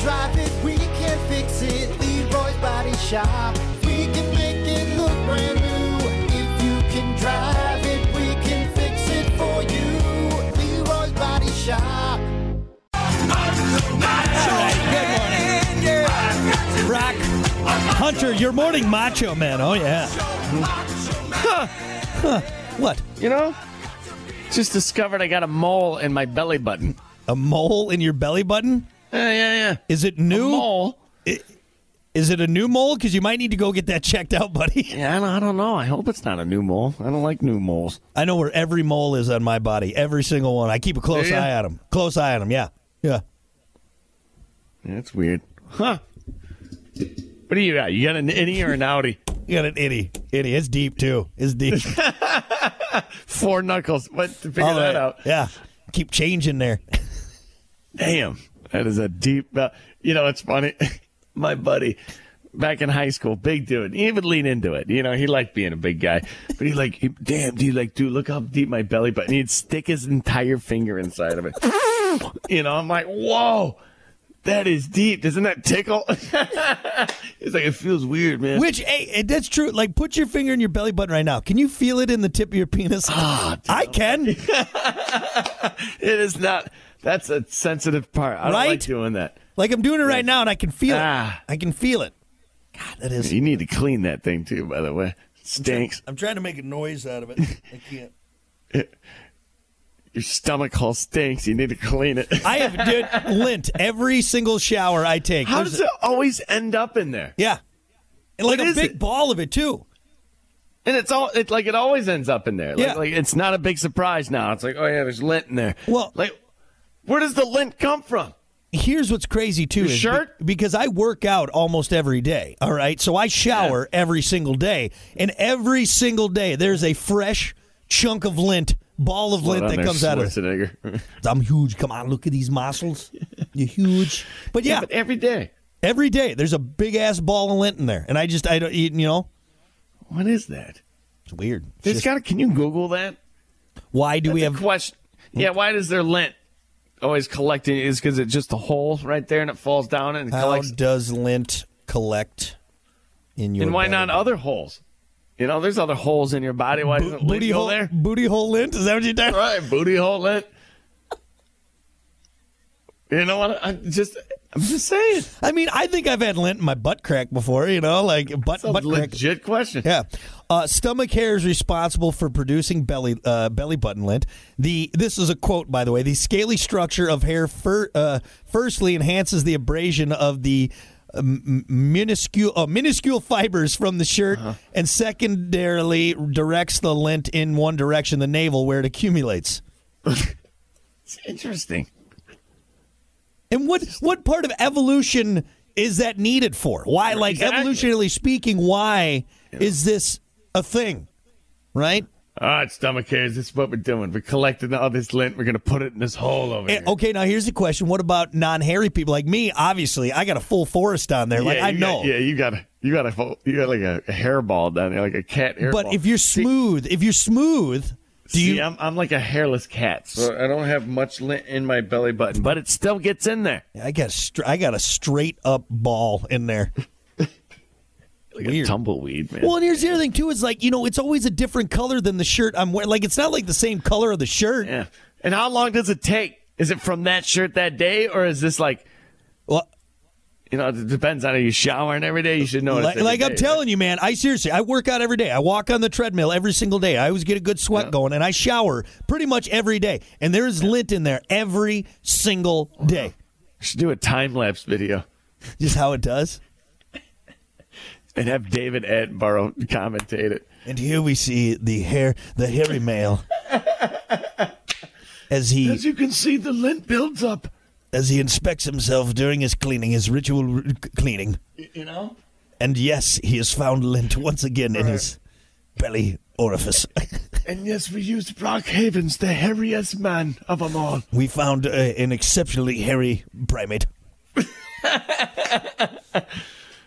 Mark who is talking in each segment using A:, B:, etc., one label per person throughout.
A: drive it, we can fix it. Leroy's Body Shop. We can make it look brand new. If you can drive it, we can fix it for you. Leroy's Body Shop.
B: Rock. Hunter, you're morning macho man. Oh, yeah. Huh. Huh. What?
C: You know, just discovered I got a mole in my belly button.
B: A mole in your belly button?
C: Yeah, yeah, yeah.
B: Is it new?
C: A mole?
B: I- Is it a new mole? Because you might need to go get that checked out, buddy.
C: Yeah, I don't, I don't know. I hope it's not a new mole. I don't like new moles.
B: I know where every mole is on my body, every single one. I keep a close
C: Do ya?
B: eye on them. Close eye on them, yeah. Yeah.
C: That's weird. Huh. What do you got? You got an innie or an outie?
B: You got an itty. Itty. It's deep, too. It's deep.
C: Four knuckles. What to figure
B: All
C: that
B: right.
C: out?
B: Yeah. Keep changing there.
C: Damn, that is a deep. Uh, you know, it's funny. My buddy back in high school, big dude. He would lean into it. You know, he liked being a big guy, but he like, he- damn, dude, like, dude, look how deep my belly button. He'd stick his entire finger inside of it. You know, I'm like, whoa. That is deep. Doesn't that tickle? it's like it feels weird, man.
B: Which, hey, and that's true. Like, put your finger in your belly button right now. Can you feel it in the tip of your penis?
C: Ah,
B: I can.
C: It is not. That's a sensitive part. I don't
B: Right?
C: like doing that.
B: Like, I'm doing it right now, and I can feel
C: Ah.
B: it. I can feel it. God, that is.
C: You need to clean that thing too. By the way, It stinks.
B: I'm trying to make a noise out of it. I can't.
C: Your stomach hole stinks. You need to clean it.
B: I have, dude, lint every single shower I take.
C: How
B: There's
C: does
B: a-
C: it always end up in there?
B: Yeah. And like
C: What
B: a
C: is
B: big
C: it?
B: ball of it, too.
C: And it's all it's like it always ends up in there. Like,
B: Yeah.
C: like it's not a big surprise now. It's like, oh yeah, there's lint in there.
B: Well-
C: like where does the lint come from?
B: Here's what's crazy too. is be-
C: shirt?
B: because I work out almost every day. All right, so I shower every single day, and every single day there's a fresh chunk of lint, ball of lint
C: Hold
B: that
C: on there,
B: comes out of. it.
C: Schwarzenegger.
B: I'm huge. Come on, look at these muscles. You're huge. But yeah,
C: but every day.
B: every day there's a big ass ball of lint in there, and I just I don't you know
C: What is that?
B: it's weird. It's
C: There's
B: just-
C: got. Can you Google that?
B: why do we
C: The
B: have?
C: question. Yeah, why does their lint always collecting? Is because it's just a hole right there and it falls down and it
B: How
C: collects.
B: does lint collect in your?
C: and why
B: belly
C: not other holes? You know, there's other holes in your body. Why
B: Bo-
C: doesn't lint
B: booty
C: go
B: hole
C: there?
B: Booty hole lint? Is that what you're talking? about?
C: right, booty hole lint. You know what? I'm just, I'm just saying.
B: I mean, I think I've had lint in my butt crack before, you know, like butt
C: It's a
B: butt crack.
C: legit question.
B: Yeah. Uh, stomach hair is responsible for producing belly uh, belly button lint. The this is a quote by the way. The scaly structure of hair fir- uh, firstly enhances the abrasion of the um, m- minuscule uh, minuscule fibers from the shirt, and secondarily directs the lint in one direction, the navel, where it accumulates.
C: It's interesting.
B: And what what part of evolution is that needed for? Why, like
C: Exactly.
B: evolutionarily speaking, why is this a thing? Right?
C: All right, stomach hairs. This is what we're doing. We're collecting all this lint. We're gonna put it in this hole over
B: Eh,
C: here.
B: Okay, now here's the question: What about non-hairy people like me? Obviously, I got a full forest down there. Like
C: yeah,
B: I
C: you
B: know.
C: Got, yeah, you got a, you got a, full- you got like a, a hairball down there, like a cat hairball.
B: but if you're smooth, if you're smooth, do
C: See,
B: you?
C: I'm, I'm like a hairless cat, so I don't have much lint in my belly button, but it still gets in there.
B: I got a str- I got a straight up ball in there.
C: Like
B: Weird.
C: a tumbleweed, man.
B: Well, and here's the other thing too: is like you know, it's always a different color than the shirt I'm wearing. Like it's not like the same color of the shirt.
C: Yeah. And how long does it take? Is it from that shirt that day, or is this like
B: Well,
C: you know? It depends on are you showering every day. You should know.
B: like,
C: it's every
B: like I'm
C: day,
B: telling you, man. I seriously, I work out every day. I walk on the treadmill every single day. I always get a good sweat going, and I shower pretty much every day. And there is lint in there every single day.
C: right? Should do a time lapse video
B: Just how it does.
C: and have David Attenborough commentate it.
B: And here we see the hair, the hairy male, as he
C: you can see, the lint builds up.
B: as he inspects himself during his cleaning, his ritual r- cleaning.
C: You know.
B: And yes, he has found lint once again in his belly orifice.
C: And yes, we used Brock Havens, the hairiest man of them all.
B: we found uh, an exceptionally hairy primate.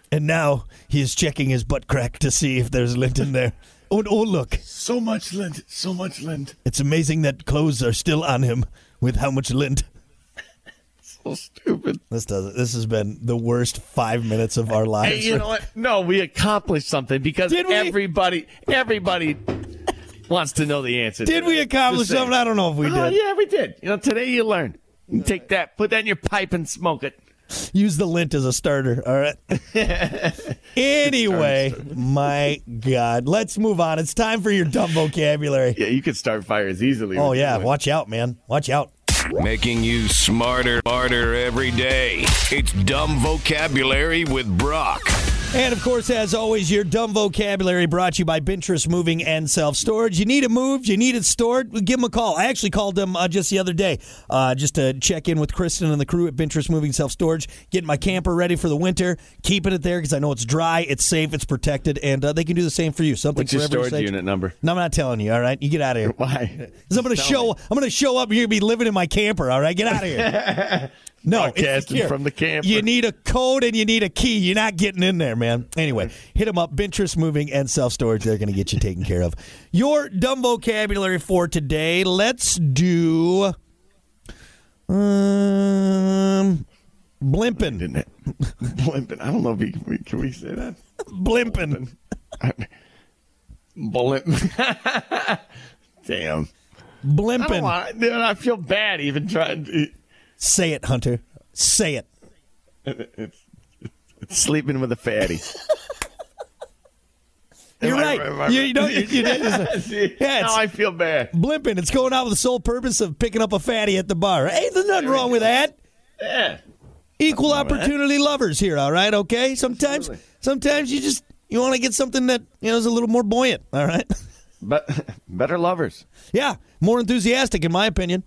B: and now he is checking his butt crack to see if there's lint in there. Oh, and- oh, look.
C: So much lint, so much lint.
B: It's amazing that clothes are still on him with how much lint.
C: so stupid.
B: This does it. This has been the worst five minutes of our
C: Hey,
B: lives.
C: you know what? No, we accomplished something because
B: Did we?
C: everybody, everybody wants to know the answer.
B: did
C: to
B: we
C: that.
B: accomplish
C: Just saying.
B: something? I don't know if we
C: Oh,
B: did.
C: yeah, we did. You know, today you learn. You take that, put that in your pipe, and smoke it.
B: Use the lint as a starter. All right. anyway, my God, let's move on. It's time for your dumb vocabulary.
C: Yeah, you could start fires easily.
B: Oh
C: with
B: yeah,
C: that one.
B: watch out, man. Watch out.
D: Making you smarter, smarter every day. It's Dumb Vocabulary with Brock.
B: And of course, as always, your dumb vocabulary brought to you by Bintress Moving and Self Storage. You need it moved, you need it stored, give them a call. I actually called them uh, just the other day uh, just to check in with Kristen and the crew at Bintress Moving Self Storage, getting my camper ready for the winter, keeping it there because I know it's dry, it's safe, it's protected, and uh, they can do the same for you. Something
C: What's your
B: for every
C: storage
B: stage.
C: unit number?
B: No, I'm not telling you. All right, you get out of here.
C: Why?
B: 'Cause I'm gonna
C: Tell
B: show.
C: me.
B: I'm gonna show up. and You're gonna be living in my camper. All right, get out of here. No, it's
C: Broadcasting
B: secure.
C: from the camper.
B: You need a code and you need a key. You're not getting in there, man. Anyway, hit them up. Bintress Moving and Self Storage. They're gonna get you taken care of. Your dumb vocabulary for today. Let's do. Um, blimping,
C: Didn't it? Blimping. I don't know if we can we, can we say that.
B: blimping.
C: Blimp. Damn. I don't
B: Blimping.
C: want, dude, I feel bad even trying to.
B: Say it, Hunter. Say it.
C: Sleeping with a fatty.
B: You're
C: Am I-
B: right.
C: am I
B: you,
C: right?
B: you know, you, you did this.
C: See,
B: Yeah, it's-
C: now I feel bad.
B: blimping. It's going out with the sole purpose of picking up a fatty at the bar. Hey, there's nothing wrong with that.
C: Yeah.
B: Equal opportunity lovers here, all right? Okay. Sometimes, sometimes you just you want to get something that you know is a little more buoyant. All right.
C: But better lovers.
B: Yeah, more enthusiastic, in my opinion.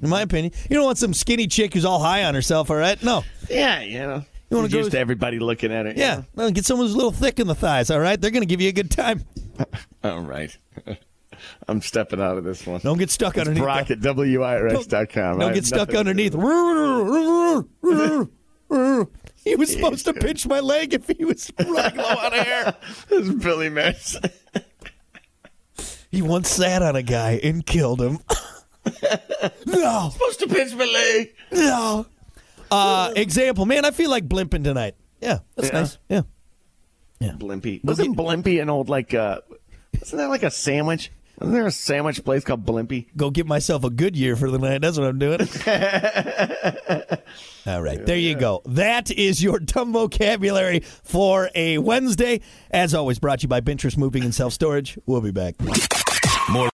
B: In my opinion, you don't want some skinny chick who's all high on herself. All right. No.
C: Yeah, you know.
B: You wanna
C: She's
B: go
C: used
B: with-
C: to everybody looking at it. you
B: Yeah. No, get someone who's a little thick in the thighs. All right. They're gonna give you a good time.
C: know? All right. I'm stepping out of this one.
B: Don't get stuck underneath.
C: Brock
B: the-
C: at WIRX.com.
B: Don't
C: I
B: get
C: have
B: stuck
C: nothing to do
B: underneath.
C: with it.
B: He was supposed to pinch my leg if he was running low on air.
C: This is Billy Mess.
B: He once sat on a guy and killed him. no,
C: supposed to pinch my leg.
B: no. Uh, example, man, I feel like blimping tonight. Yeah, that's
C: Yeah.
B: nice. Yeah.
C: Blimpy. Wasn't Blimpy an old like uh isn't that like a sandwich? Isn't there a sandwich place called Blimpy?
B: Go get myself a good year for the night. That's what I'm doing. All right, there you go. That is your dumb vocabulary for a Wednesday. As always, brought to you by Bintress Moving and Self Storage. We'll be back.
D: More